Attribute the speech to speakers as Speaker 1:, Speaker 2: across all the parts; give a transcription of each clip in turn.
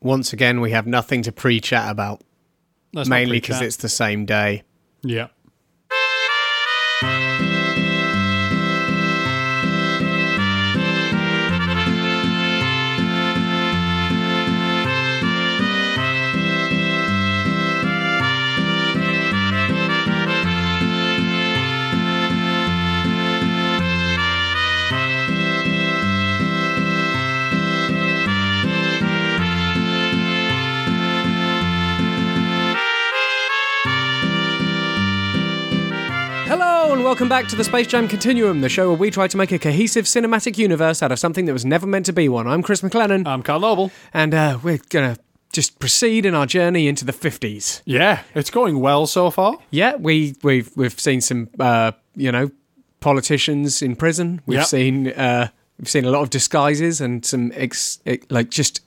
Speaker 1: once again, we have nothing to pre chat about,
Speaker 2: Let's not
Speaker 1: mainly
Speaker 2: preach
Speaker 1: because
Speaker 2: that.
Speaker 1: it's the same day.
Speaker 2: yeah.
Speaker 1: Hello, and welcome back to the Space Jam Continuum, the show where we try to make a cohesive cinematic universe out of something that was never meant to be one. I'm Chris McLennan,
Speaker 2: I'm Carl Um, Noble.
Speaker 1: and uh, we're going to just proceed in our journey into the 50s.
Speaker 2: Yeah, it's going well so far.
Speaker 1: Yeah, we, we've, we've seen some, uh, you know, politicians in prison. We've
Speaker 2: Yeah.
Speaker 1: seen. Uh, We've seen a lot of disguises and some ex, ex- like just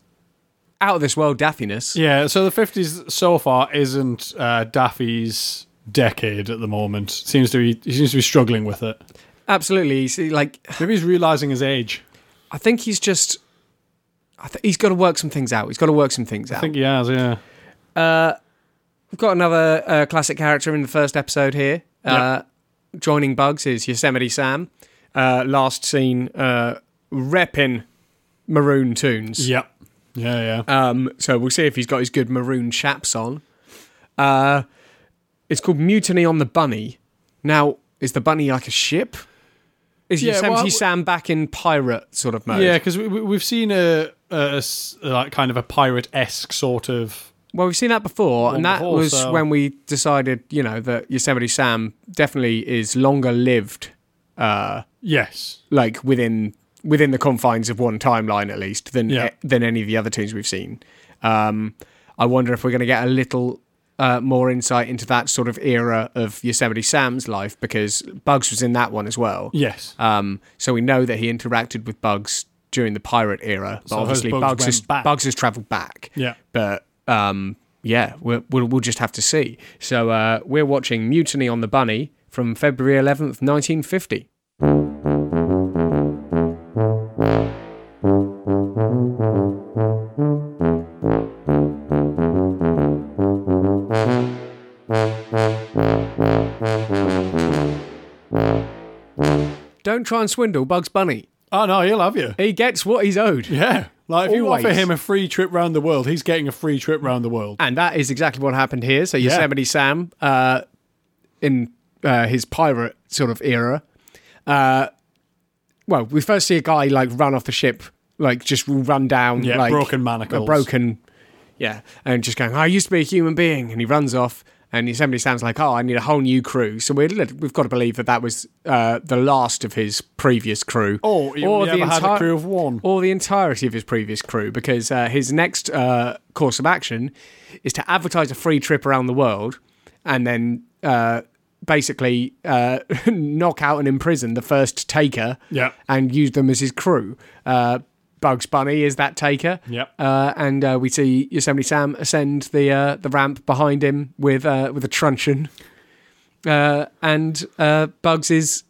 Speaker 1: out of this world daffiness.
Speaker 2: Yeah, so the 50s so far isn't uh, Daffy's decade at the moment. Seems to be he seems to be struggling with it.
Speaker 1: Absolutely, you see, like
Speaker 2: Maybe he's realizing his age.
Speaker 1: I think he's just. I th- he's got to work some things out. He's got to work some things
Speaker 2: I
Speaker 1: out.
Speaker 2: think he has, yeah.
Speaker 1: We've got another uh, classic character in the first episode here. Uh, joining Bugs is Yosemite Sam. Uh, last seen uh, repping maroon tunes.
Speaker 2: Yep. Yeah, yeah.
Speaker 1: Um, so we'll see if he's got his good maroon chaps on. Uh, it's called Mutiny on the Bunny. Now, is the bunny like a ship? Is
Speaker 2: Yeah,
Speaker 1: Yosemite
Speaker 2: well-
Speaker 1: Sam back in pirate sort of mode?
Speaker 2: Yeah, because we, we- we've seen a, a- a s- like kind of a pirate esque sort of.
Speaker 1: Well, we've seen that before, and that
Speaker 2: before,
Speaker 1: was
Speaker 2: so-
Speaker 1: when we decided, you know, that Yosemite Sam definitely is longer lived, uh,
Speaker 2: Yes.
Speaker 1: like within within the confines of one timeline at least than
Speaker 2: Yeah.
Speaker 1: than any of the other tunes we've seen. Um, I wonder if we're going to get a little uh, more insight into that sort of era of Yosemite Sam's life because Bugs was in that one as well.
Speaker 2: Yes.
Speaker 1: Um, so we know that he interacted with Bugs during the pirate era, but
Speaker 2: So has
Speaker 1: obviously
Speaker 2: Bugs
Speaker 1: Bugs,
Speaker 2: went
Speaker 1: has
Speaker 2: back?
Speaker 1: Bugs has travelled back.
Speaker 2: Yeah.
Speaker 1: But um, yeah, we'll, we'll we'll just have to see. So uh, we're watching Mutiny on the Bunny from February eleventh, nineteen fifty. Don't try and swindle Bugs Bunny.
Speaker 2: Oh, no, he'll have you.
Speaker 1: He gets what he's owed.
Speaker 2: Yeah. Like, if you offer
Speaker 1: Always.
Speaker 2: him a free trip round the world, he's getting a free trip round the world.
Speaker 1: And that is exactly what happened here. So Yosemite Sam, uh, in uh, his pirate sort of era, uh, well, we first see a guy like run off the ship, like just run down,
Speaker 2: Yeah,
Speaker 1: like
Speaker 2: broken
Speaker 1: a
Speaker 2: manacles.
Speaker 1: broken, yeah, and just going, I used to be a human being, and he runs off. And Yosemite Sam's like, oh, I need a whole new crew. So we're, we've got to believe that that was uh, the last of his previous crew,
Speaker 2: Or he only ever Oh, had a crew of one.
Speaker 1: or the entirety of his previous crew, because uh, his next uh, course of action is to advertise a free trip around the world, and then uh, basically uh, knock out and imprison the first taker,
Speaker 2: Yeah.
Speaker 1: and use them as his crew. Uh, Bugs Bunny is that taker,
Speaker 2: Yep.
Speaker 1: uh, and uh, we see Yosemite Sam ascend the uh, the ramp behind him with uh, with a truncheon, uh, and uh, Bugs is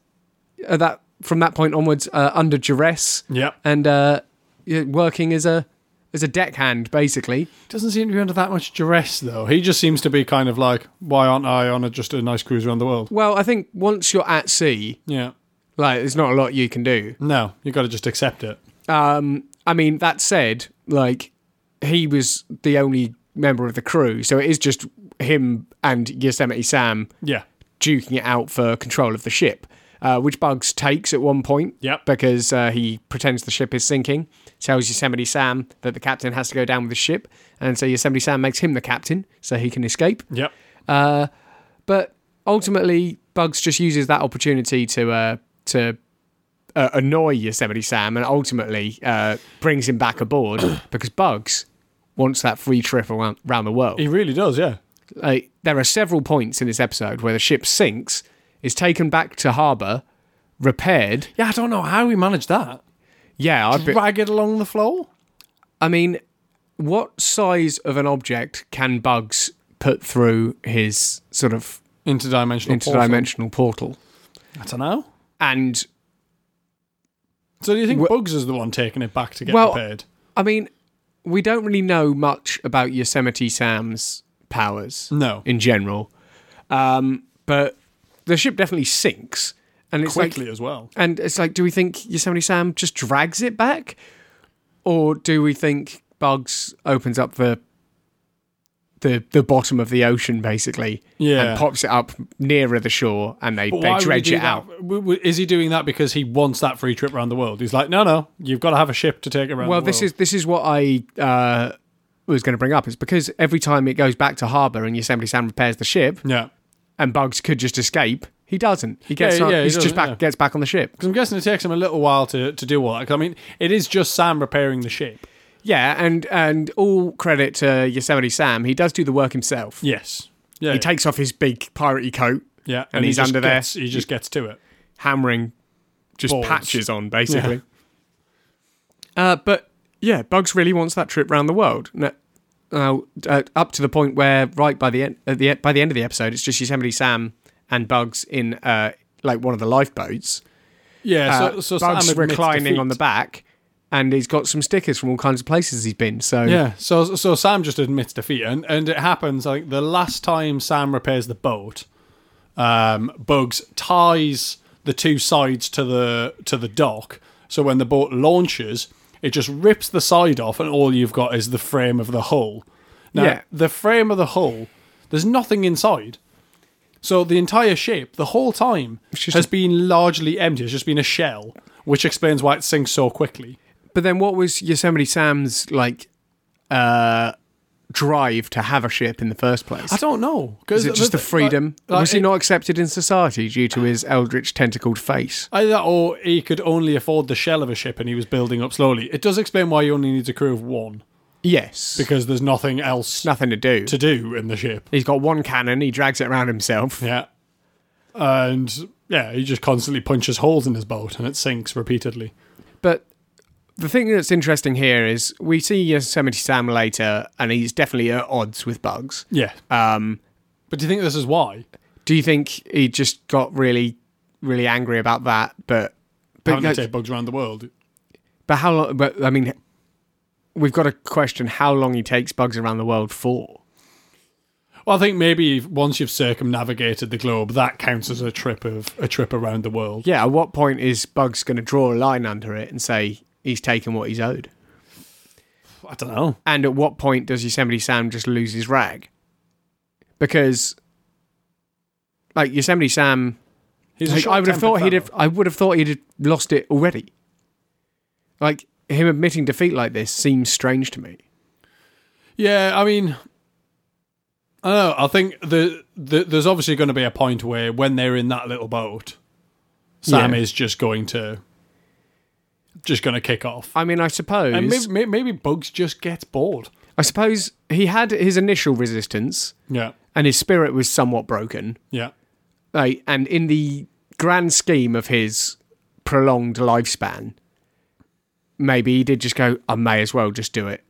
Speaker 1: uh, that from that point onwards uh, under duress
Speaker 2: Yep.
Speaker 1: and uh, yeah, working as a as a deckhand basically.
Speaker 2: Doesn't seem to be under that much duress, though. He just seems to be kind of like, why aren't I on a, just a nice cruise around the world?
Speaker 1: Well, I think once you're at sea,
Speaker 2: Yeah.
Speaker 1: like there's not a lot you can do.
Speaker 2: No, you got to just accept it.
Speaker 1: Um, I mean, that said, like he was the only member of the crew, so it is just him and Yosemite Sam
Speaker 2: Yeah.
Speaker 1: duking it out for control of the ship, uh, which Bugs takes at one point.
Speaker 2: Yep.
Speaker 1: Because uh, he pretends the ship is sinking, tells Yosemite Sam that the captain has to go down with the ship, and so Yosemite Sam makes him the captain so he can escape.
Speaker 2: Yep.
Speaker 1: Uh, but ultimately, Bugs just uses that opportunity to uh, to uh, annoy Yosemite Sam, and ultimately uh, brings him back aboard because Bugs wants that free trip around, around the world
Speaker 2: He really does, yeah.
Speaker 1: like there are several points in this episode where the ship sinks, is taken back to harbour, repaired.
Speaker 2: Yeah, I don't know how he managed that.
Speaker 1: Yeah, I'd be,
Speaker 2: Drag it along the floor?
Speaker 1: I mean, what size of an object can Bugs put through his sort of
Speaker 2: Interdimensional. portal.
Speaker 1: interdimensional portal?
Speaker 2: I don't know.
Speaker 1: And
Speaker 2: So do you think
Speaker 1: Wh-
Speaker 2: Bugs is the one taking it back to get
Speaker 1: Well-
Speaker 2: repaired?
Speaker 1: I mean, we don't really know much about Yosemite Sam's powers
Speaker 2: No.
Speaker 1: in general, um, but the ship definitely sinks, and it's like
Speaker 2: Quickly as well.
Speaker 1: and it's like, do we think Yosemite Sam just drags it back? Or do we think Bugs opens up the the the bottom of the ocean basically
Speaker 2: Yeah.
Speaker 1: and pops it up nearer the shore and they,
Speaker 2: But
Speaker 1: they
Speaker 2: why would he
Speaker 1: dredge
Speaker 2: do
Speaker 1: it
Speaker 2: that?
Speaker 1: out?
Speaker 2: W- w- Is he doing that because he wants that free trip around the world? He's like, no, no, you've got to have a ship to take it around.
Speaker 1: Well,
Speaker 2: the
Speaker 1: this
Speaker 2: world."
Speaker 1: is this is what I uh, was going to bring up. It's because every time it goes back to harbour and Yosemite Sam repairs the ship
Speaker 2: yeah.
Speaker 1: and Bugs could just escape, he doesn't. He gets
Speaker 2: Yeah,
Speaker 1: on,
Speaker 2: yeah, he
Speaker 1: he's just
Speaker 2: doesn't,
Speaker 1: back
Speaker 2: yeah.
Speaker 1: gets back on the ship.
Speaker 2: Because I'm guessing it takes him a little while to, to do all that. 'Cause, I mean, it is just Sam repairing the ship.
Speaker 1: Yeah, and and all credit to Yosemite Sam, he does do the work himself.
Speaker 2: Yes. Yeah.
Speaker 1: He takes off his big piratey coat,
Speaker 2: yeah. And,
Speaker 1: and
Speaker 2: he
Speaker 1: he's
Speaker 2: just
Speaker 1: under there.
Speaker 2: Gets, he just gets to it.
Speaker 1: hammering just
Speaker 2: Balls.
Speaker 1: patches on, basically. Uh, but yeah, Bugs really wants that trip round the world. Now, now, uh, up to the point where, right by the end, at the e- by the end of the episode, it's just Yosemite Sam and Bugs in uh, like one of the lifeboats.
Speaker 2: Yeah.
Speaker 1: Uh,
Speaker 2: so, so Sam
Speaker 1: Bugs
Speaker 2: admits
Speaker 1: reclining on the
Speaker 2: defeat.
Speaker 1: back, and he's got some stickers from all kinds of places he's been. So
Speaker 2: Yeah, so so Sam just admits defeat, and, and it happens. I think the last time Sam repairs the boat, um, Bugs ties the two sides to the to the dock. So when the boat launches, it just rips the side off, and all you've got is the frame of the hull. Now,
Speaker 1: Yeah.
Speaker 2: the frame of the hull, there's nothing inside. So the entire ship, the whole time,
Speaker 1: just
Speaker 2: has been largely empty. It's just been a shell, which explains why it sinks so quickly.
Speaker 1: but then what was Yosemite Sam's like uh, drive to have a ship in the first place?
Speaker 2: I don't know.
Speaker 1: Is it just the freedom? was he not accepted in society due to his eldritch tentacled face?
Speaker 2: Either that or he could only afford the shell of a ship and he was building up slowly. It does explain why he only needs a crew of one
Speaker 1: Yes.
Speaker 2: because there's nothing else
Speaker 1: nothing to do.
Speaker 2: to do in the ship.
Speaker 1: He's got one cannon, he drags it around himself.
Speaker 2: Yeah. And yeah, he just constantly punches holes in his boat and it sinks repeatedly.
Speaker 1: But the thing that's interesting here is we see Yosemite Sam later, and he's definitely at odds with Bugs.
Speaker 2: Yeah.
Speaker 1: Um,
Speaker 2: But do you think this is why?
Speaker 1: do you think he just got really, really angry about that? But, but,
Speaker 2: Apparently they take bugs around the world.
Speaker 1: but how long? But I mean, we've got to question how long he takes Bugs around the world for.
Speaker 2: Well, I think maybe if- once you've circumnavigated the globe, that counts as a trip of a trip around the world.
Speaker 1: Yeah, at what point is Bugs going to draw a line under it and say he's taken what he's owed?
Speaker 2: I don't know.
Speaker 1: And at what point does Yosemite Sam just lose his rag? Because, like Yosemite Sam,
Speaker 2: He's a
Speaker 1: like, I would have thought
Speaker 2: short-tempered
Speaker 1: he'd have, I would have thought he'd have lost it already. Like him admitting defeat like this seems strange to me.
Speaker 2: Yeah, I mean, I don't know. I think the, the there's obviously going to be a point where when they're in that little boat, Sam
Speaker 1: Yeah.
Speaker 2: is just going to just going to kick off,
Speaker 1: I mean, I suppose,
Speaker 2: and maybe, maybe, maybe Bugs just gets bored.
Speaker 1: I suppose he had his initial resistance,
Speaker 2: Yeah,
Speaker 1: and his spirit was somewhat broken.
Speaker 2: yeah,
Speaker 1: like and in the grand scheme of his prolonged lifespan maybe he did just go i may as well just do it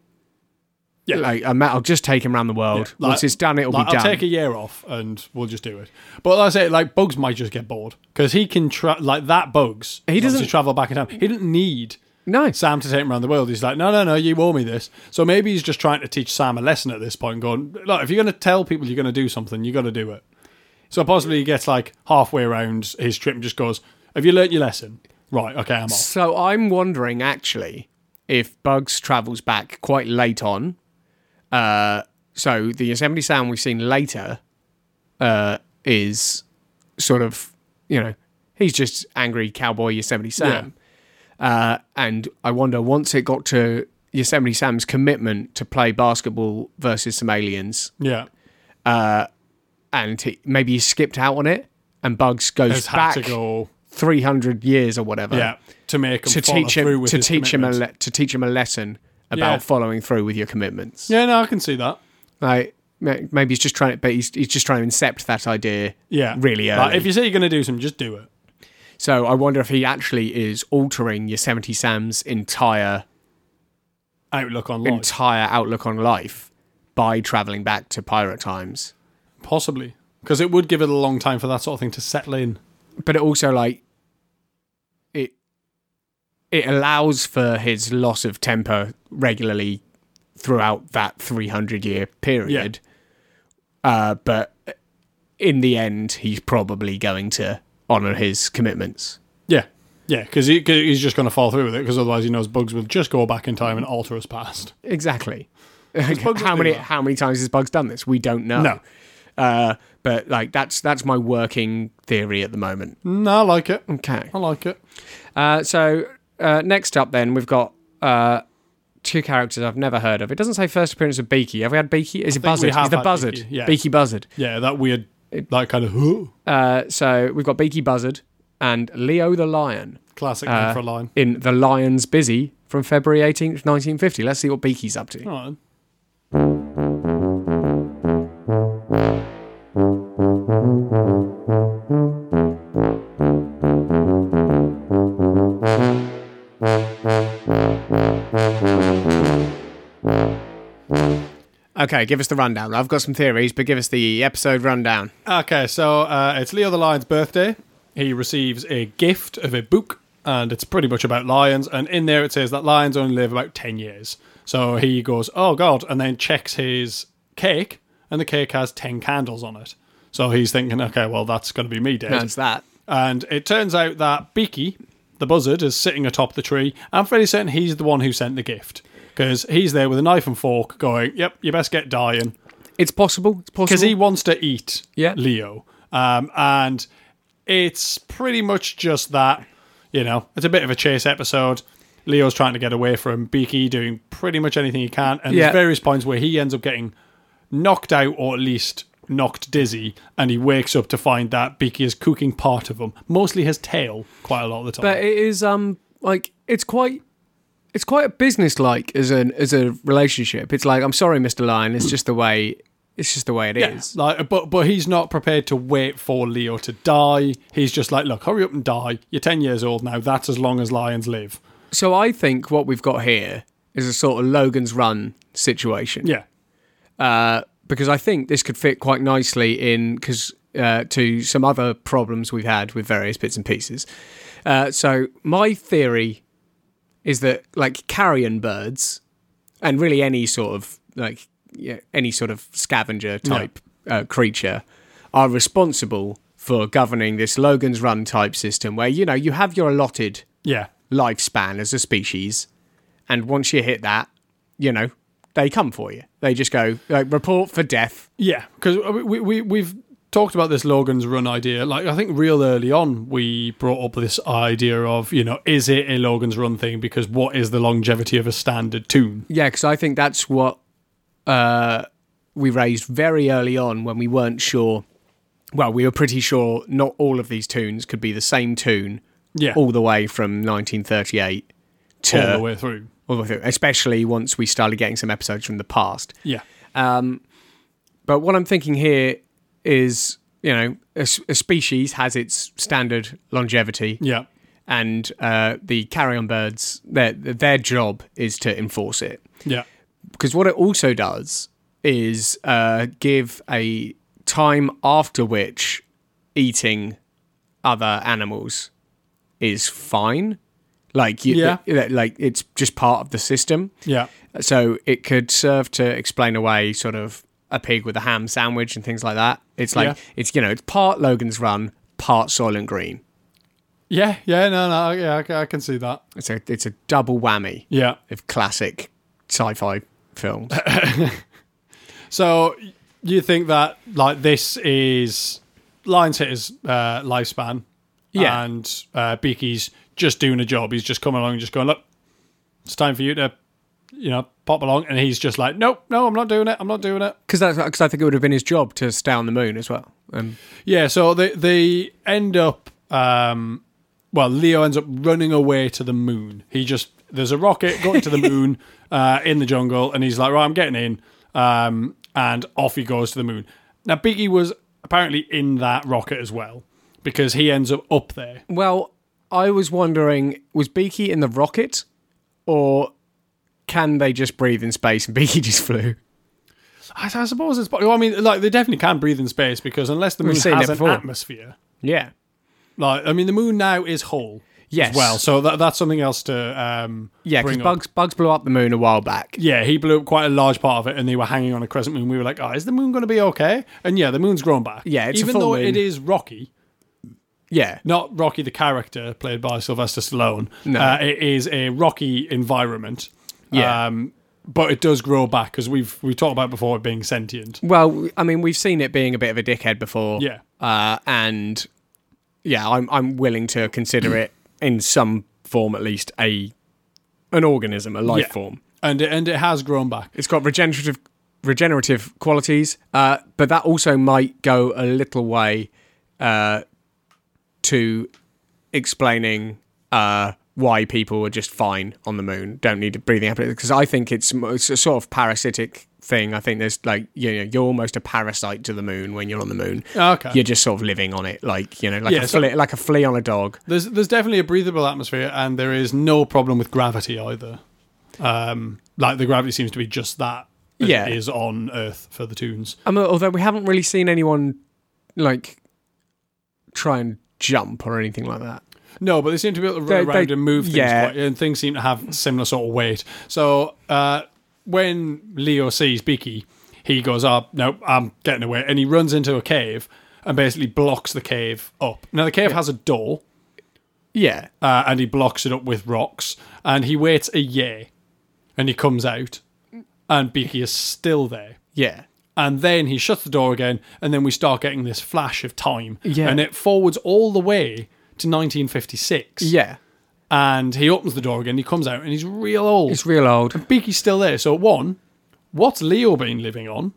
Speaker 2: Yeah.
Speaker 1: like I may, i'll just take him around the world
Speaker 2: Yeah, like-
Speaker 1: once it's done it'll
Speaker 2: like,
Speaker 1: be
Speaker 2: I'll
Speaker 1: done
Speaker 2: take a year off and we'll just do it. But like I say, like Bugs might just get bored because he can tra- like that Bugs.
Speaker 1: He doesn't-
Speaker 2: obviously travel back in time. He didn't need
Speaker 1: no
Speaker 2: Sam to take him around the world. He's like, no, no, no, you owe me this. So maybe he's just trying to teach Sam a lesson at this point, going, look, if you're going to tell people you're going to do something, you got to do it. So possibly he gets like halfway around his trip and just goes, have you learnt your lesson? Right, okay, I'm off.
Speaker 1: so i'm wondering actually if bugs travels back quite late on uh so the yosemite sound we've seen later uh is sort of you know he's just angry cowboy yosemite sam
Speaker 2: Yeah.
Speaker 1: Uh, and I wonder, once it got to Yosemite Sam's commitment to play basketball versus some aliens,
Speaker 2: Yeah.
Speaker 1: and he, maybe he skipped out on it, and Bugs goes
Speaker 2: Has had
Speaker 1: back
Speaker 2: to go,
Speaker 1: 300 years or whatever
Speaker 2: yeah, to make him
Speaker 1: to
Speaker 2: follow
Speaker 1: teach
Speaker 2: through
Speaker 1: him
Speaker 2: with
Speaker 1: to
Speaker 2: his
Speaker 1: teach him a
Speaker 2: commitments.
Speaker 1: le- to teach him a lesson about
Speaker 2: Yeah.
Speaker 1: following through with your commitments.
Speaker 2: Yeah, no, I can see that.
Speaker 1: Like ma- maybe he's just trying, but he's, he's just trying to incept that idea.
Speaker 2: Yeah.
Speaker 1: Really
Speaker 2: Like,
Speaker 1: early.
Speaker 2: if you say you're going to do something, just do it.
Speaker 1: So I wonder if he actually is altering Yosemite Sam's entire
Speaker 2: Outlook on life.
Speaker 1: entire outlook on life by traveling back to pirate times.
Speaker 2: Possibly. Because it would give it a long time for that sort of thing to settle in.
Speaker 1: but it also like it it allows for his loss of temper regularly throughout that 300 year period. Uh, but in the end, he's probably going to honour his commitments.
Speaker 2: Yeah. Yeah, because he, 'cause he's just going to fall through with it because otherwise he knows Bugs will just go back in time and alter his past.
Speaker 1: Exactly.
Speaker 2: Bugs
Speaker 1: how
Speaker 2: do
Speaker 1: many
Speaker 2: that.
Speaker 1: how many times has Bugs done this? We don't know.
Speaker 2: No.
Speaker 1: Uh, but like that's that's my working theory at the moment.
Speaker 2: No, I like it.
Speaker 1: Okay.
Speaker 2: I like it.
Speaker 1: Uh, so uh, next up, then we've got uh, two characters I've never heard of. It doesn't say first appearance of Beaky. Have we had Beaky? Is it
Speaker 2: think we
Speaker 1: Buzzard?
Speaker 2: have
Speaker 1: Is the
Speaker 2: had
Speaker 1: Buzzard?
Speaker 2: Beaky, yeah.
Speaker 1: Beaky Buzzard.
Speaker 2: Yeah, that weird, that kind of "Huh?"
Speaker 1: Uh, so we've got Beaky Buzzard and Leo the Lion
Speaker 2: classic
Speaker 1: Uh,
Speaker 2: name for a line.
Speaker 1: in The Lion's Busy from February 18th, 1950. Let's see what Beaky's up to.
Speaker 2: All right.
Speaker 1: Okay, give us the rundown. I've got some theories, but give us the episode rundown.
Speaker 2: Okay, so uh, it's Leo the Lion's birthday. He receives a gift of a book, and it's pretty much about lions. And in there, it says that lions only live about 10 years. So he goes, Oh God, and then checks his cake, and the cake has 10 candles on it. So he's thinking, Okay, well, that's going to be me dead.
Speaker 1: That's that.
Speaker 2: And it turns out that Beaky, the buzzard, is sitting atop the tree. I'm fairly certain he's the one who sent the gift. Because he's there with a knife and fork going, Yep, you best get dying
Speaker 1: It's possible. It's possible.
Speaker 2: because he wants to eat
Speaker 1: Yeah.
Speaker 2: Leo. Um, and it's pretty much just that, you know, it's a bit of a chase episode. Leo's trying to get away from Beaky, doing pretty much anything he can. And
Speaker 1: Yeah.
Speaker 2: there's various points where he ends up getting knocked out or at least knocked dizzy. And he wakes up to find that Beaky is cooking part of him, mostly his tail, quite a lot of the time.
Speaker 1: but it is um like it's quite it's quite business like as an as a relationship. It's like I'm sorry, Mr. Lion. It's just the way. It's just the way it is.
Speaker 2: Yeah, Like, but but he's not prepared to wait for Leo to die. He's just like, look, hurry up and die. You're ten years old now. That's as long as lions live.
Speaker 1: So I think what we've got here is a sort of Logan's Run situation.
Speaker 2: Yeah,
Speaker 1: Uh, because I think this could fit quite nicely in because uh, to some other problems we've had with various bits and pieces. Uh, so my theory is that like carrion birds, and really any sort of like yeah, any sort of scavenger type uh, creature, are responsible for governing this Logan's Run type system, where you know you have your allotted
Speaker 2: yeah,
Speaker 1: lifespan as a species. And once you hit that, you know, they come for you. They just go, like, report for death.
Speaker 2: yeah. Because we, we we've talked about this Logan's Run idea. Like, I think real early on we brought up this idea of you know, is it a Logan's Run thing? Because what is the longevity of a standard tune?
Speaker 1: Yeah, because I think that's what uh, we raised very early on when we weren't sure. Well, we were pretty sure not all of these tunes could be the same tune
Speaker 2: Yeah, all,
Speaker 1: all the way from 1938 to
Speaker 2: the way through.
Speaker 1: all the way through, especially once we started getting some episodes from the past.
Speaker 2: Yeah,
Speaker 1: But what I'm thinking here is, you know, a, s- a species has its standard longevity.
Speaker 2: yeah,
Speaker 1: and uh, the carrion birds their their job is to enforce it
Speaker 2: yeah,
Speaker 1: because what it also does is uh, give a time after which eating other animals is fine like you,
Speaker 2: Yeah.
Speaker 1: th- like it's just part of the system
Speaker 2: yeah,
Speaker 1: so it could serve to explain away sort of a pig with a ham sandwich and things like that it's like
Speaker 2: Yeah.
Speaker 1: it's you know it's part logan's run part soylent green
Speaker 2: yeah, yeah. No, no, yeah, I, ca- I can see that.
Speaker 1: it's a it's a double whammy
Speaker 2: Yeah.
Speaker 1: of classic sci-fi films.
Speaker 2: So y- you think that like this is Lions Hitter's uh, lifespan,
Speaker 1: Yeah.
Speaker 2: and uh, Beaky's just doing a job. He's just coming along and just going, look, it's time for you to, you know, pop along, and he's just like, nope, no, I'm not doing it, I'm not doing it.
Speaker 1: Because that's because I think it would have been his job to stay on the moon as well. Um,
Speaker 2: Yeah, so they they end up. Um, well, Leo ends up running away to the moon. He just there's a rocket going to the moon uh, in the jungle, and he's like, "Right, I'm getting in," um, and off he goes to the moon. Now, Biggie was apparently in that rocket as well because he ends up up there.
Speaker 1: well, I was wondering, was Beaky in the rocket, or can they just breathe in space and Beaky just flew?
Speaker 2: I, I suppose it's. I mean, like they definitely can breathe in space because unless the moon has
Speaker 1: seen it
Speaker 2: an
Speaker 1: before.
Speaker 2: atmosphere,
Speaker 1: Yeah,
Speaker 2: like I mean, the moon now is whole.
Speaker 1: Yes.
Speaker 2: as well. So that, that's something else to um,
Speaker 1: Yeah, because
Speaker 2: bring up.
Speaker 1: bugs bugs blew up the moon a while back.
Speaker 2: Yeah, he blew up quite a large part of it, and they were hanging on a crescent moon. We were like, "Oh, is the moon going to be okay?" And yeah, the moon's grown back.
Speaker 1: Yeah, it's a
Speaker 2: even
Speaker 1: full
Speaker 2: though
Speaker 1: moon.
Speaker 2: it is rocky,
Speaker 1: Yeah,
Speaker 2: not Rocky the character played by Sylvester Stallone.
Speaker 1: No.
Speaker 2: Uh, it is a rocky environment.
Speaker 1: Yeah.
Speaker 2: Um, but it does grow back because we've we talked about before it being sentient.
Speaker 1: Well, I mean, we've seen it being a bit of a dickhead before.
Speaker 2: Yeah.
Speaker 1: Uh, and yeah, I'm I'm willing to consider it in some form, at least a an organism, a life
Speaker 2: Yeah.
Speaker 1: form.
Speaker 2: And it, and it has grown back.
Speaker 1: It's got regenerative regenerative qualities, uh, but that also might go a little way uh, to explaining uh, why people are just fine on the moon, don't need a breathing apparatus. Because I think it's, mo- it's a sort of parasitic thing. I think there's like you know you're almost a parasite to the moon when you're on the moon.
Speaker 2: Okay.
Speaker 1: You're just sort of living on it, like you know, like
Speaker 2: Yeah,
Speaker 1: a
Speaker 2: so-
Speaker 1: flea, like a flea on a dog.
Speaker 2: There's there's definitely a breathable atmosphere, and there is no problem with gravity either. Um, like the gravity seems to be just that. as
Speaker 1: Yeah.
Speaker 2: it is on Earth for the tunes.
Speaker 1: Um, although we haven't really seen anyone like try and jump or anything like that.
Speaker 2: No, but they seem to be able to run
Speaker 1: They-
Speaker 2: around
Speaker 1: they-
Speaker 2: and move things,
Speaker 1: yeah.
Speaker 2: quite, and things seem to have similar sort of weight. So uh, when Leo sees Beaky, he goes, "Oh no, I'm getting away," and he runs into a cave and basically blocks the cave up. Now the cave has a door,
Speaker 1: Yeah.
Speaker 2: uh, and he blocks it up with rocks, and he waits a year, and he comes out, and Beaky is still there.
Speaker 1: Yeah.
Speaker 2: and then he shuts the door again, and then we start getting this flash of time,
Speaker 1: Yeah.
Speaker 2: and it forwards all the way to 1956.
Speaker 1: Yeah.
Speaker 2: And he opens the door again, he comes out, and he's real old.
Speaker 1: It's real old.
Speaker 2: Beaky's still there. So one, what's Leo been living on?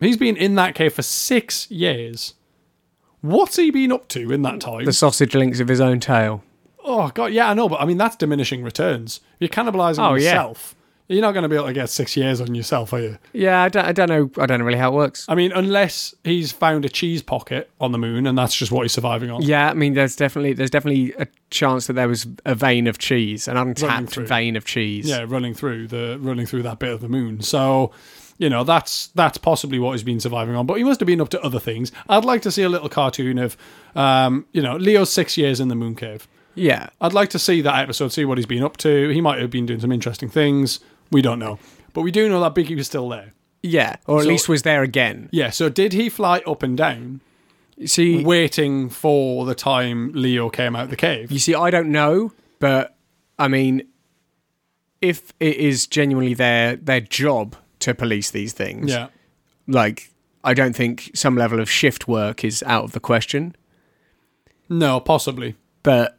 Speaker 2: He's been in that cave for six years. What's he been up to in that time?
Speaker 1: The sausage links of his own tail.
Speaker 2: Oh god, yeah, I know, but I mean that's diminishing returns. If you're cannibalizing
Speaker 1: Oh, yeah.
Speaker 2: yourself, you're not going to be able to get six years on yourself, are you?
Speaker 1: Yeah, I don't, I don't know. I don't know really how it works.
Speaker 2: I mean, unless he's found a cheese pocket on the moon and that's just what he's surviving on.
Speaker 1: Yeah, I mean, there's definitely there's definitely a chance that there was a vein of cheese, an untapped
Speaker 2: through.
Speaker 1: vein of cheese.
Speaker 2: Yeah, running through the running through that bit of the moon. So, you know, that's that's possibly what he's been surviving on. But he must have been up to other things. I'd like to see a little cartoon of, um, you know, Leo's six years in the moon cave.
Speaker 1: yeah,
Speaker 2: I'd like to see that episode, see what he's been up to. He might have been doing some interesting things. We don't know, but we do know that Biggie was still there.
Speaker 1: yeah. Or at
Speaker 2: So-
Speaker 1: least was there again.
Speaker 2: Yeah. So did he fly up and down,
Speaker 1: You see,
Speaker 2: waiting for the time Leo came out the cave?
Speaker 1: you see, I don't know, but I mean, if it is genuinely their their job to police these things,
Speaker 2: Yeah.
Speaker 1: like I don't think some level of shift work is out of the question.
Speaker 2: No, possibly.
Speaker 1: But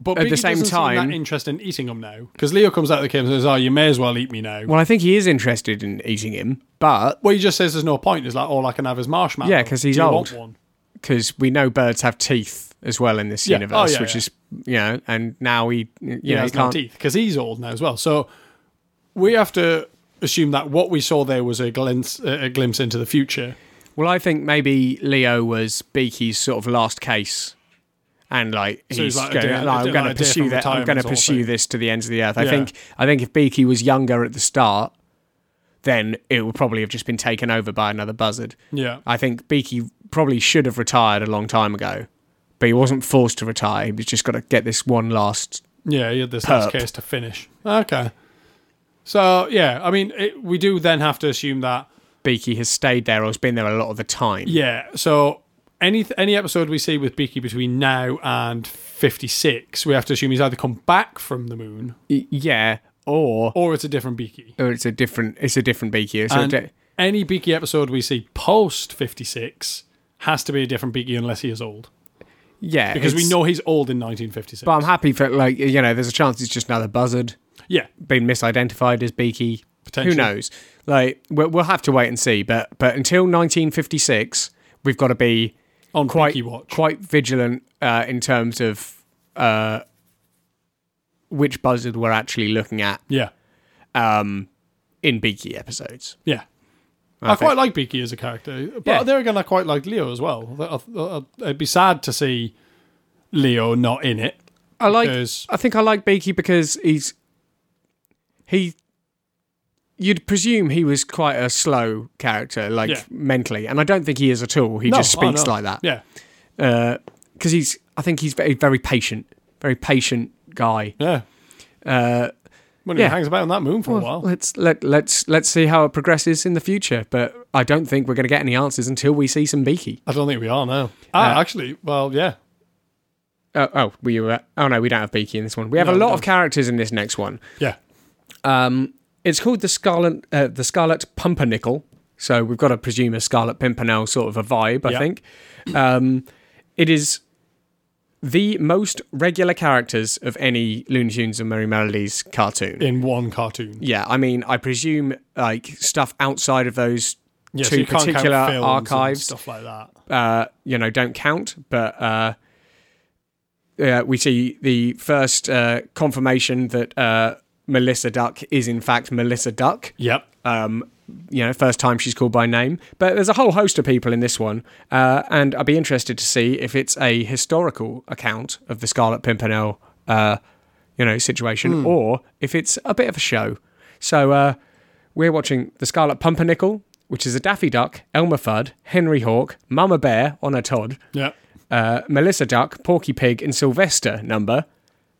Speaker 2: But
Speaker 1: At
Speaker 2: Biggie
Speaker 1: the same
Speaker 2: doesn't seem
Speaker 1: time-
Speaker 2: that interested in eating him now because Leo comes out of the cave and says, "Oh, you may as well eat me now."
Speaker 1: well, I think he is interested in eating him, but
Speaker 2: Well, he just says there's no point. It's like all I can have is marshmallow.
Speaker 1: Yeah, 'cause he's
Speaker 2: Do you
Speaker 1: old.
Speaker 2: Want one?
Speaker 1: because we know birds have teeth as well in this
Speaker 2: Yeah. Oh,
Speaker 1: universe,
Speaker 2: yeah,
Speaker 1: which
Speaker 2: yeah.
Speaker 1: is you know, and now he you
Speaker 2: He
Speaker 1: know he
Speaker 2: has no
Speaker 1: can't.
Speaker 2: teeth because he's old now as well. So we have to assume that what we saw there was a glimpse, a glimpse into the future.
Speaker 1: Well, I think maybe Leo was Beaky's sort of last case, and like he's,
Speaker 2: So he's like a
Speaker 1: going,
Speaker 2: day-
Speaker 1: like,
Speaker 2: a
Speaker 1: I'm
Speaker 2: day-
Speaker 1: going
Speaker 2: like a
Speaker 1: to
Speaker 2: day
Speaker 1: pursue
Speaker 2: from
Speaker 1: that. I'm going
Speaker 2: retirement
Speaker 1: to
Speaker 2: sort of
Speaker 1: pursue
Speaker 2: thing.
Speaker 1: this to the ends of the earth. I
Speaker 2: Yeah.
Speaker 1: think I think if Beaky was younger at the start, then it would probably have just been taken over by another buzzard.
Speaker 2: Yeah,
Speaker 1: I think Beaky probably should have retired a long time ago, but he wasn't forced to retire. He was just got to get this one last.
Speaker 2: yeah. He had this
Speaker 1: Perp.
Speaker 2: last case to finish. Okay. So yeah, I mean, it, we do then have to assume that
Speaker 1: Beaky has stayed there or has been there a lot of the time.
Speaker 2: Yeah. So any any episode we see with Beaky between now and fifty six, we have to assume he's either come back from the moon
Speaker 1: Y- yeah, or
Speaker 2: or it's a different Beaky.
Speaker 1: or it's a different it's a different Beaky. So
Speaker 2: And
Speaker 1: de-
Speaker 2: any Beaky episode we see post fifty six has to be a different Beaky unless he is old,
Speaker 1: yeah,
Speaker 2: because we
Speaker 1: it's-
Speaker 2: know he's old in nineteen fifty six.
Speaker 1: But I'm happy for like you know, there's a chance it's just another buzzard
Speaker 2: Yeah.
Speaker 1: being misidentified as Beaky. Who
Speaker 2: Potentially.
Speaker 1: knows? Like we'll, we'll have to wait and see. But but until 1956, we've got to be
Speaker 2: On
Speaker 1: quite
Speaker 2: Beaky watch.
Speaker 1: quite vigilant uh, in terms of uh, which buzzard we're actually looking at
Speaker 2: Yeah.
Speaker 1: um, in Beaky episodes.
Speaker 2: Yeah. I,
Speaker 1: think-
Speaker 2: quite like Beaky as a character, but
Speaker 1: Yeah.
Speaker 2: there again, I quite like Leo as well. I- I- I- It'd be sad to see Leo not in it.
Speaker 1: I like
Speaker 2: because-
Speaker 1: I think I like Beaky because he's he. You'd presume he was quite a slow character, like
Speaker 2: Yeah.
Speaker 1: mentally, and I don't think he is at all. He
Speaker 2: No,
Speaker 1: just
Speaker 2: oh,
Speaker 1: speaks
Speaker 2: no.
Speaker 1: like that Uh,
Speaker 2: Yeah,
Speaker 1: because he's. I think he's very, very patient. very patient guy.
Speaker 2: Yeah.
Speaker 1: Uh,
Speaker 2: Wonder if
Speaker 1: Yeah.
Speaker 2: he hangs about on that moon for a while.
Speaker 1: Let's let let's let's see how it progresses in the future. But I don't think we're going to get any answers until we see some Beaky.
Speaker 2: I don't think we are now. Ah, actually, well, yeah.
Speaker 1: Oh oh, we were. Oh no, we don't have Beaky in this one. We have
Speaker 2: No,
Speaker 1: a
Speaker 2: we
Speaker 1: lot
Speaker 2: don't.
Speaker 1: of characters in this next one.
Speaker 2: Yeah.
Speaker 1: Um, it's called the Scarlet uh, the Scarlet Pumpernickel. So we've got to presume a Scarlet Pimpernel sort of a vibe. I
Speaker 2: Yeah.
Speaker 1: think. Um, it is the most regular characters of any Looney Tunes and Merry Melodies cartoon.
Speaker 2: In one cartoon.
Speaker 1: Yeah, I mean, I presume like stuff outside of those
Speaker 2: Yeah, so
Speaker 1: two
Speaker 2: you can't count
Speaker 1: particular
Speaker 2: films and
Speaker 1: archives,
Speaker 2: Stuff like that.
Speaker 1: uh, you know, don't count. But uh, yeah, we see the first uh, confirmation that uh, Melissa Duck is in fact Melissa Duck.
Speaker 2: Yep.
Speaker 1: Um, you know, first time she's called by name. But there's a whole host of people in this one, uh, and I'd be interested to see if it's a historical account of the Scarlet Pimpernel, uh, you know, situation, or if it's a bit of a show. So uh, we're watching the Scarlet Pumpernickel, which is a Daffy Duck, Elmer Fudd, Henry Hawk, Mama Bear on a Todd,
Speaker 2: Yep.
Speaker 1: uh, Melissa Duck, Porky Pig, and Sylvester number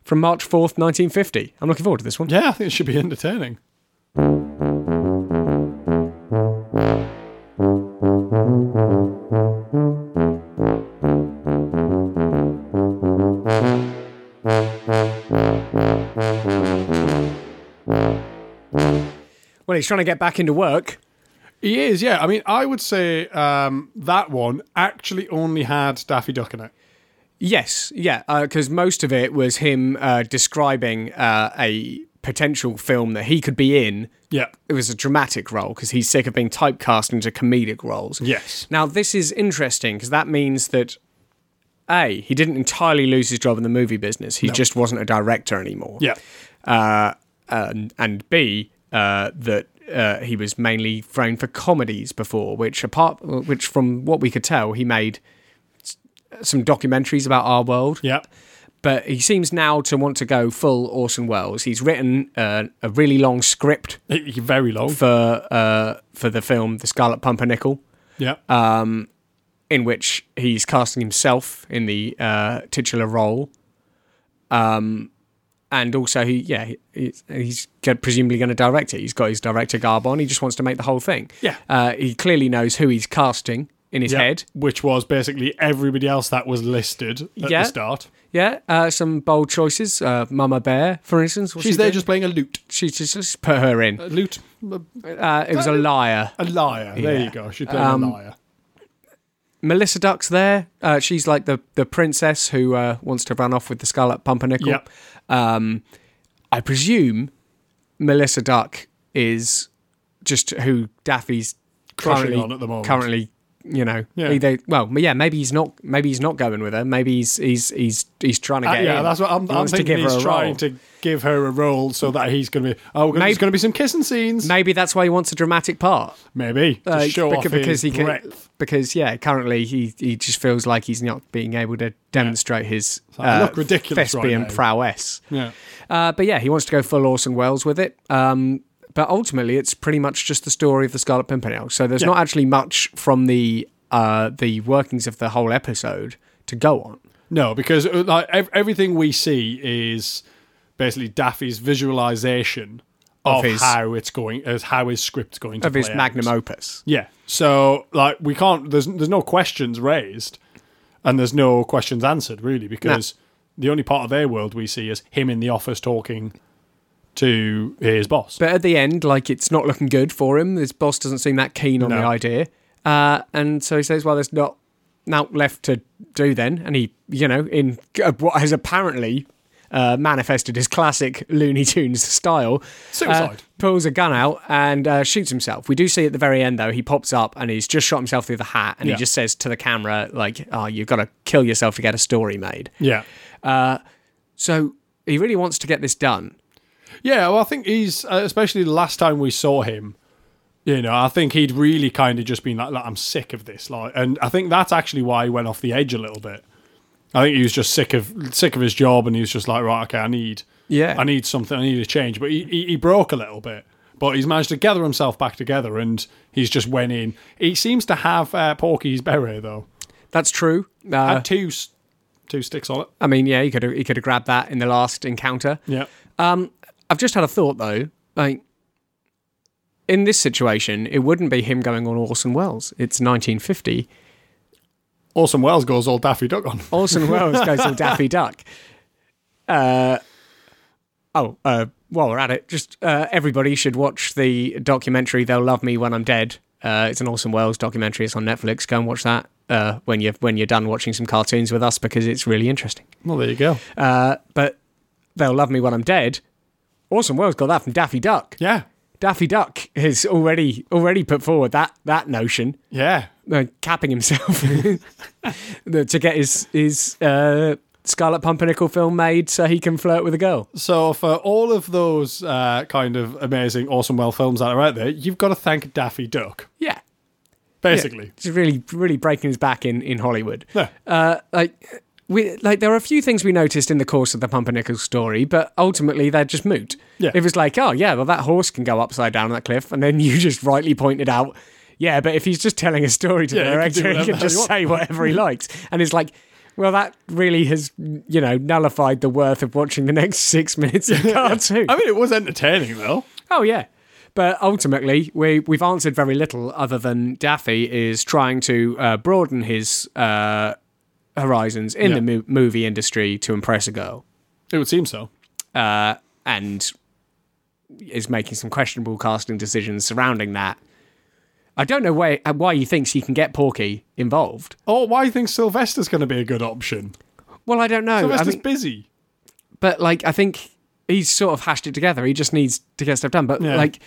Speaker 1: from March 4th, 1950. I'm looking forward to this one.
Speaker 2: Yeah, I think it should be entertaining.
Speaker 1: Well, he's trying to get back into work.
Speaker 2: He is, yeah. I mean, I would say um, that one actually only had Daffy Duck in it.
Speaker 1: Yes, yeah, because most of it was him uh, describing uh, a potential film that he could be in.
Speaker 2: Yep.
Speaker 1: It was a dramatic role because he's sick of being typecast into comedic roles.
Speaker 2: Yes.
Speaker 1: Now this is interesting because that means that a he didn't entirely lose his job in the movie business. He just wasn't a director anymore.
Speaker 2: Yep.
Speaker 1: Uh, and, and B uh, that uh, he was mainly thrown for comedies before, which apart which from what we could tell, he made s- some documentaries about our world
Speaker 2: Yep.
Speaker 1: but he seems now to want to go full Orson Welles. He's written uh, a really long script
Speaker 2: He- he- Very long.
Speaker 1: for uh, for the film The Scarlet Pumpernickel,
Speaker 2: Yep.
Speaker 1: in which he's casting himself in the uh, titular role. Um, and also he yeah he- he's, he's go- presumably going to direct it. He's got his director garb on. He just wants to make the whole thing.
Speaker 2: Yeah.
Speaker 1: uh, he clearly knows who he's casting in his
Speaker 2: Yep.
Speaker 1: head.
Speaker 2: Which was basically everybody else that was listed at
Speaker 1: Yeah.
Speaker 2: the start.
Speaker 1: Yeah, uh, some bold choices. Uh, Mama Bear, for instance. what's
Speaker 2: She's
Speaker 1: she
Speaker 2: there
Speaker 1: doing?
Speaker 2: just playing a lute.
Speaker 1: She just, just put her in.
Speaker 2: A lute.
Speaker 1: Uh, it was a liar.
Speaker 2: A liar. There
Speaker 1: Yeah.
Speaker 2: you go. She's playing a liar.
Speaker 1: Melissa Duck's there. Uh, she's like the the princess who uh, wants to run off with the Scarlet Pumpernickel.
Speaker 2: Yep.
Speaker 1: Um, I presume Melissa Duck is just who Daffy's
Speaker 2: Crushing
Speaker 1: currently
Speaker 2: on at the moment.
Speaker 1: Currently, you know,
Speaker 2: Yeah.
Speaker 1: either well, yeah, maybe he's not. Maybe he's not going with her. Maybe he's he's he's he's trying to
Speaker 2: Uh,
Speaker 1: get.
Speaker 2: yeah,
Speaker 1: in.
Speaker 2: that's what I'm,
Speaker 1: He
Speaker 2: I'm
Speaker 1: wants to
Speaker 2: thinking.
Speaker 1: give her
Speaker 2: He's
Speaker 1: a
Speaker 2: trying
Speaker 1: role.
Speaker 2: to give her a role so that he's going to be. Oh,
Speaker 1: Maybe-
Speaker 2: there's going to be some kissing scenes.
Speaker 1: Maybe that's why he wants a dramatic part.
Speaker 2: Maybe to
Speaker 1: Like,
Speaker 2: show
Speaker 1: beca-
Speaker 2: off
Speaker 1: Uh, because
Speaker 2: his
Speaker 1: he
Speaker 2: breadth.
Speaker 1: can, because yeah, currently he he just feels like he's not being able to demonstrate his uh,
Speaker 2: like, I look ridiculous right
Speaker 1: thespian
Speaker 2: now.
Speaker 1: prowess.
Speaker 2: Yeah.
Speaker 1: Uh, but yeah, he wants to go full Orson Welles with it. Um, but ultimately, it's pretty much just the story of the Scarlet Pimpernel. So there's
Speaker 2: Yeah.
Speaker 1: not actually much from the uh, the workings of the whole episode to go on.
Speaker 2: No, because uh, like ev- everything we see is basically Daffy's visualization
Speaker 1: Of
Speaker 2: of,
Speaker 1: his-
Speaker 2: how it's going, as how his script's going to
Speaker 1: Of his
Speaker 2: play out.
Speaker 1: magnum opus.
Speaker 2: Yeah. So like we can't. There's there's no questions raised, and there's no questions answered really because the only part of their world we see is him in the office talking to his boss.
Speaker 1: But at the end, like it's not looking good for him. His boss doesn't seem that keen on
Speaker 2: No.
Speaker 1: the idea, uh, and so he says, "Well, there's not now left to do then." And he, you know, in uh, what has apparently uh, manifested his classic Looney Tunes style, uh,
Speaker 2: Suicide.
Speaker 1: pulls a gun out and uh, shoots himself. We do see at the very end though, he pops up and he's just shot himself through the hat, and
Speaker 2: Yeah.
Speaker 1: he just says to the camera, "Like, oh, you've got to kill yourself to get a story made."
Speaker 2: yeah.
Speaker 1: So he really wants to get this done.
Speaker 2: Yeah, well, I think he's uh, especially the last time we saw him. You know, I think he'd really kind of just been like, like, "I'm sick of this," like, and I think that's actually why he went off the edge a little bit. I think he was just sick of sick of his job, and he was just like, "Right, okay, I need,
Speaker 1: Yeah.
Speaker 2: I need something, I need a change." But he, he, he broke a little bit, but he's managed to gather himself back together, and he's just went in. He seems to have uh, Porky's beret though.
Speaker 1: That's true. Uh,
Speaker 2: Had two s- two sticks on it.
Speaker 1: I mean, yeah, he could have he could have grabbed that in the last encounter.
Speaker 2: Yeah.
Speaker 1: Um, I've just had a thought though. Like in this situation, it wouldn't be him going on Orson Welles. It's 1950.
Speaker 2: Orson Welles goes all Daffy Duck on.
Speaker 1: Orson Welles goes on Daffy Duck. Uh, oh, uh, while we're at it, just uh, everybody should watch the documentary "They'll Love Me When I'm Dead." Uh, it's an Orson Welles documentary. It's on Netflix. Go and watch that uh, when you're when you're done watching some cartoons with us because it's really interesting.
Speaker 2: Well, there you go.
Speaker 1: Uh, but they'll love me when I'm dead. Orson Welles got that from Daffy Duck.
Speaker 2: Yeah.
Speaker 1: Daffy Duck has already already put forward that that notion,
Speaker 2: Yeah.
Speaker 1: uh, capping himself to get his his uh, Scarlet Pumpernickel film made so he can flirt with a girl.
Speaker 2: So for all of those uh, kind of amazing Orson Welles films that are out there, you've got to thank Daffy Duck,
Speaker 1: Yeah,
Speaker 2: basically.
Speaker 1: it's really really breaking his back in in Hollywood.
Speaker 2: Yeah.
Speaker 1: Uh, like we like there are a few things we noticed in the course of the Pumpernickel story, but ultimately they're just moot.
Speaker 2: Yeah.
Speaker 1: It was like, oh yeah, well that horse can go upside down that cliff, and then you just rightly pointed out, yeah, but if he's just telling a story to the
Speaker 2: Yeah, he can do
Speaker 1: director, he can
Speaker 2: whatever the hell
Speaker 1: just
Speaker 2: he
Speaker 1: say whatever he likes, and it's like. Well, that really has, you know, nullified the worth of watching the next six minutes of cartoon.
Speaker 2: I mean, it was entertaining though.
Speaker 1: Oh yeah, but ultimately we we've answered very little other than Daffy is trying to uh, broaden his uh, horizons in
Speaker 2: Yeah.
Speaker 1: the mo- movie industry to impress a girl,
Speaker 2: It would seem so.
Speaker 1: uh, and is making some questionable casting decisions surrounding that. I don't know why why he thinks he can get Porky involved.
Speaker 2: Or Oh, why you think Sylvester's going to be a good option?
Speaker 1: Well, I don't know. I
Speaker 2: Sylvester's
Speaker 1: mean-
Speaker 2: busy.
Speaker 1: but like I think he's sort of hashed it together. He just needs to get stuff done. But
Speaker 2: Yeah.
Speaker 1: like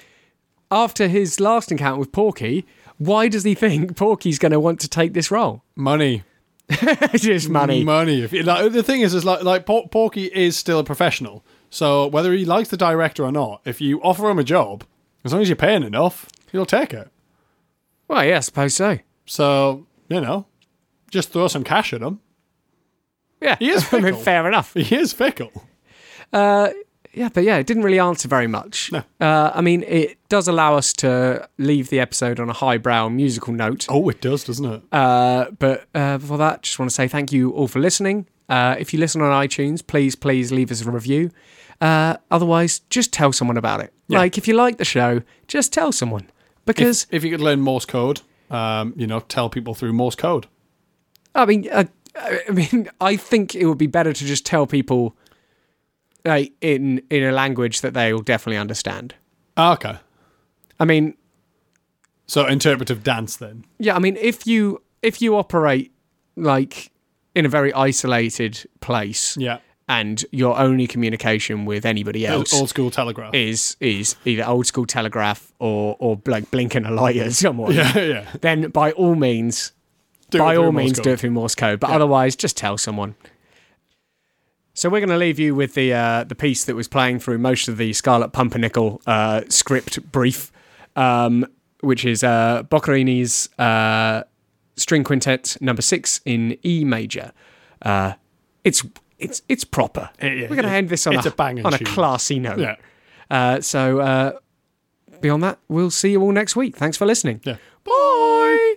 Speaker 1: after his last encounter with Porky, why does he think Porky's going to want to take this role?
Speaker 2: Money.
Speaker 1: It's just money.
Speaker 2: Money. If you, like, the thing is, is like, like Por- Porky is still a professional. So whether he likes the director or not, if you offer him a job, as long as you're paying enough, he'll take it.
Speaker 1: Well, yeah, I suppose so.
Speaker 2: So you know, just throw some cash at him.
Speaker 1: Yeah,
Speaker 2: He is
Speaker 1: I mean,
Speaker 2: fickle.
Speaker 1: fair enough.
Speaker 2: He is fickle.
Speaker 1: Yeah, but yeah, it didn't really answer very much.
Speaker 2: No.
Speaker 1: Uh, I mean, it does allow us to leave the episode on a highbrow musical note.
Speaker 2: Oh, it does, doesn't it?
Speaker 1: Uh, but uh, before that, just want to say thank you all for listening. Uh, if you listen on iTunes, please, please leave us a review. Uh, otherwise, just tell someone about it. Like, if you like the show, just tell someone. Because,
Speaker 2: If you could learn Morse code, um, you know, tell people through Morse code.
Speaker 1: I mean, uh, I mean, I think it would be better to just tell people like, in, in a language that they will definitely understand.
Speaker 2: Ah, okay.
Speaker 1: I mean,
Speaker 2: So interpretive dance then.
Speaker 1: Yeah, I mean, if you if you operate like in a very isolated place,
Speaker 2: Yeah.
Speaker 1: and your only communication with anybody else
Speaker 2: Old school telegraph.
Speaker 1: is is either old school telegraph or or like blinking a light at someone,
Speaker 2: Yeah, yeah.
Speaker 1: then by all means,
Speaker 2: Do it
Speaker 1: by
Speaker 2: through
Speaker 1: all
Speaker 2: Morse
Speaker 1: means,
Speaker 2: code.
Speaker 1: do it through Morse code. But otherwise, just tell someone. So we're going to leave you with the uh, the piece that was playing through most of the Scarlet Pumpernickel uh, script brief, um, which is uh, Boccherini's uh, string quintet number six in E major. Uh, it's it's it's proper.
Speaker 2: Yeah, yeah,
Speaker 1: we're going to
Speaker 2: yeah.
Speaker 1: end this on
Speaker 2: It's
Speaker 1: a,
Speaker 2: a banging
Speaker 1: on a
Speaker 2: tune.
Speaker 1: classy note.
Speaker 2: Yeah.
Speaker 1: Uh, so uh, beyond that, we'll see you all next week. Thanks for listening.
Speaker 2: Yeah.
Speaker 1: Bye.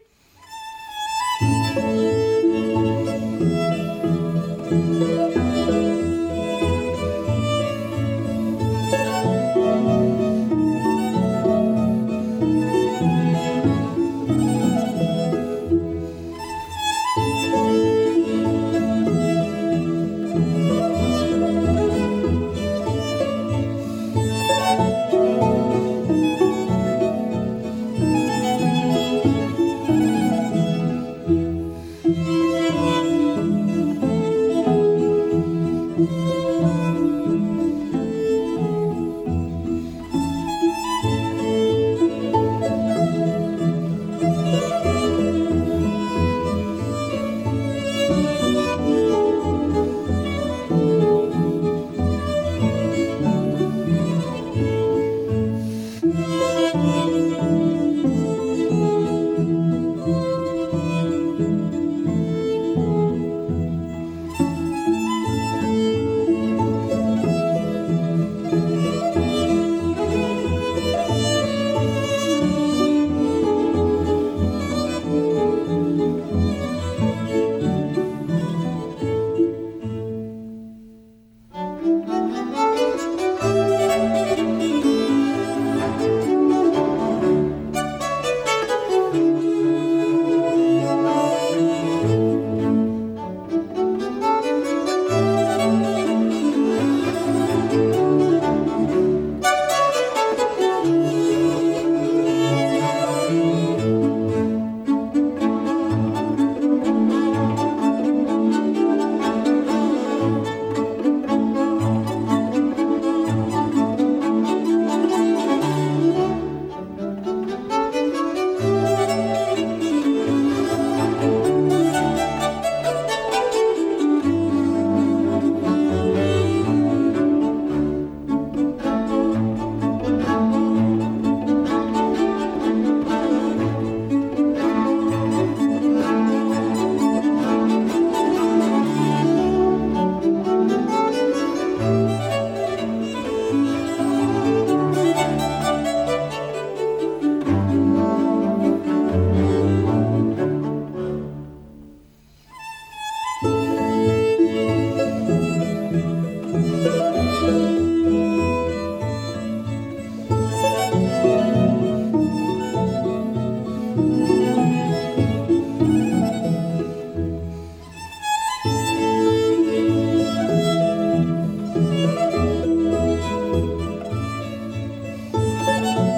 Speaker 3: Bye.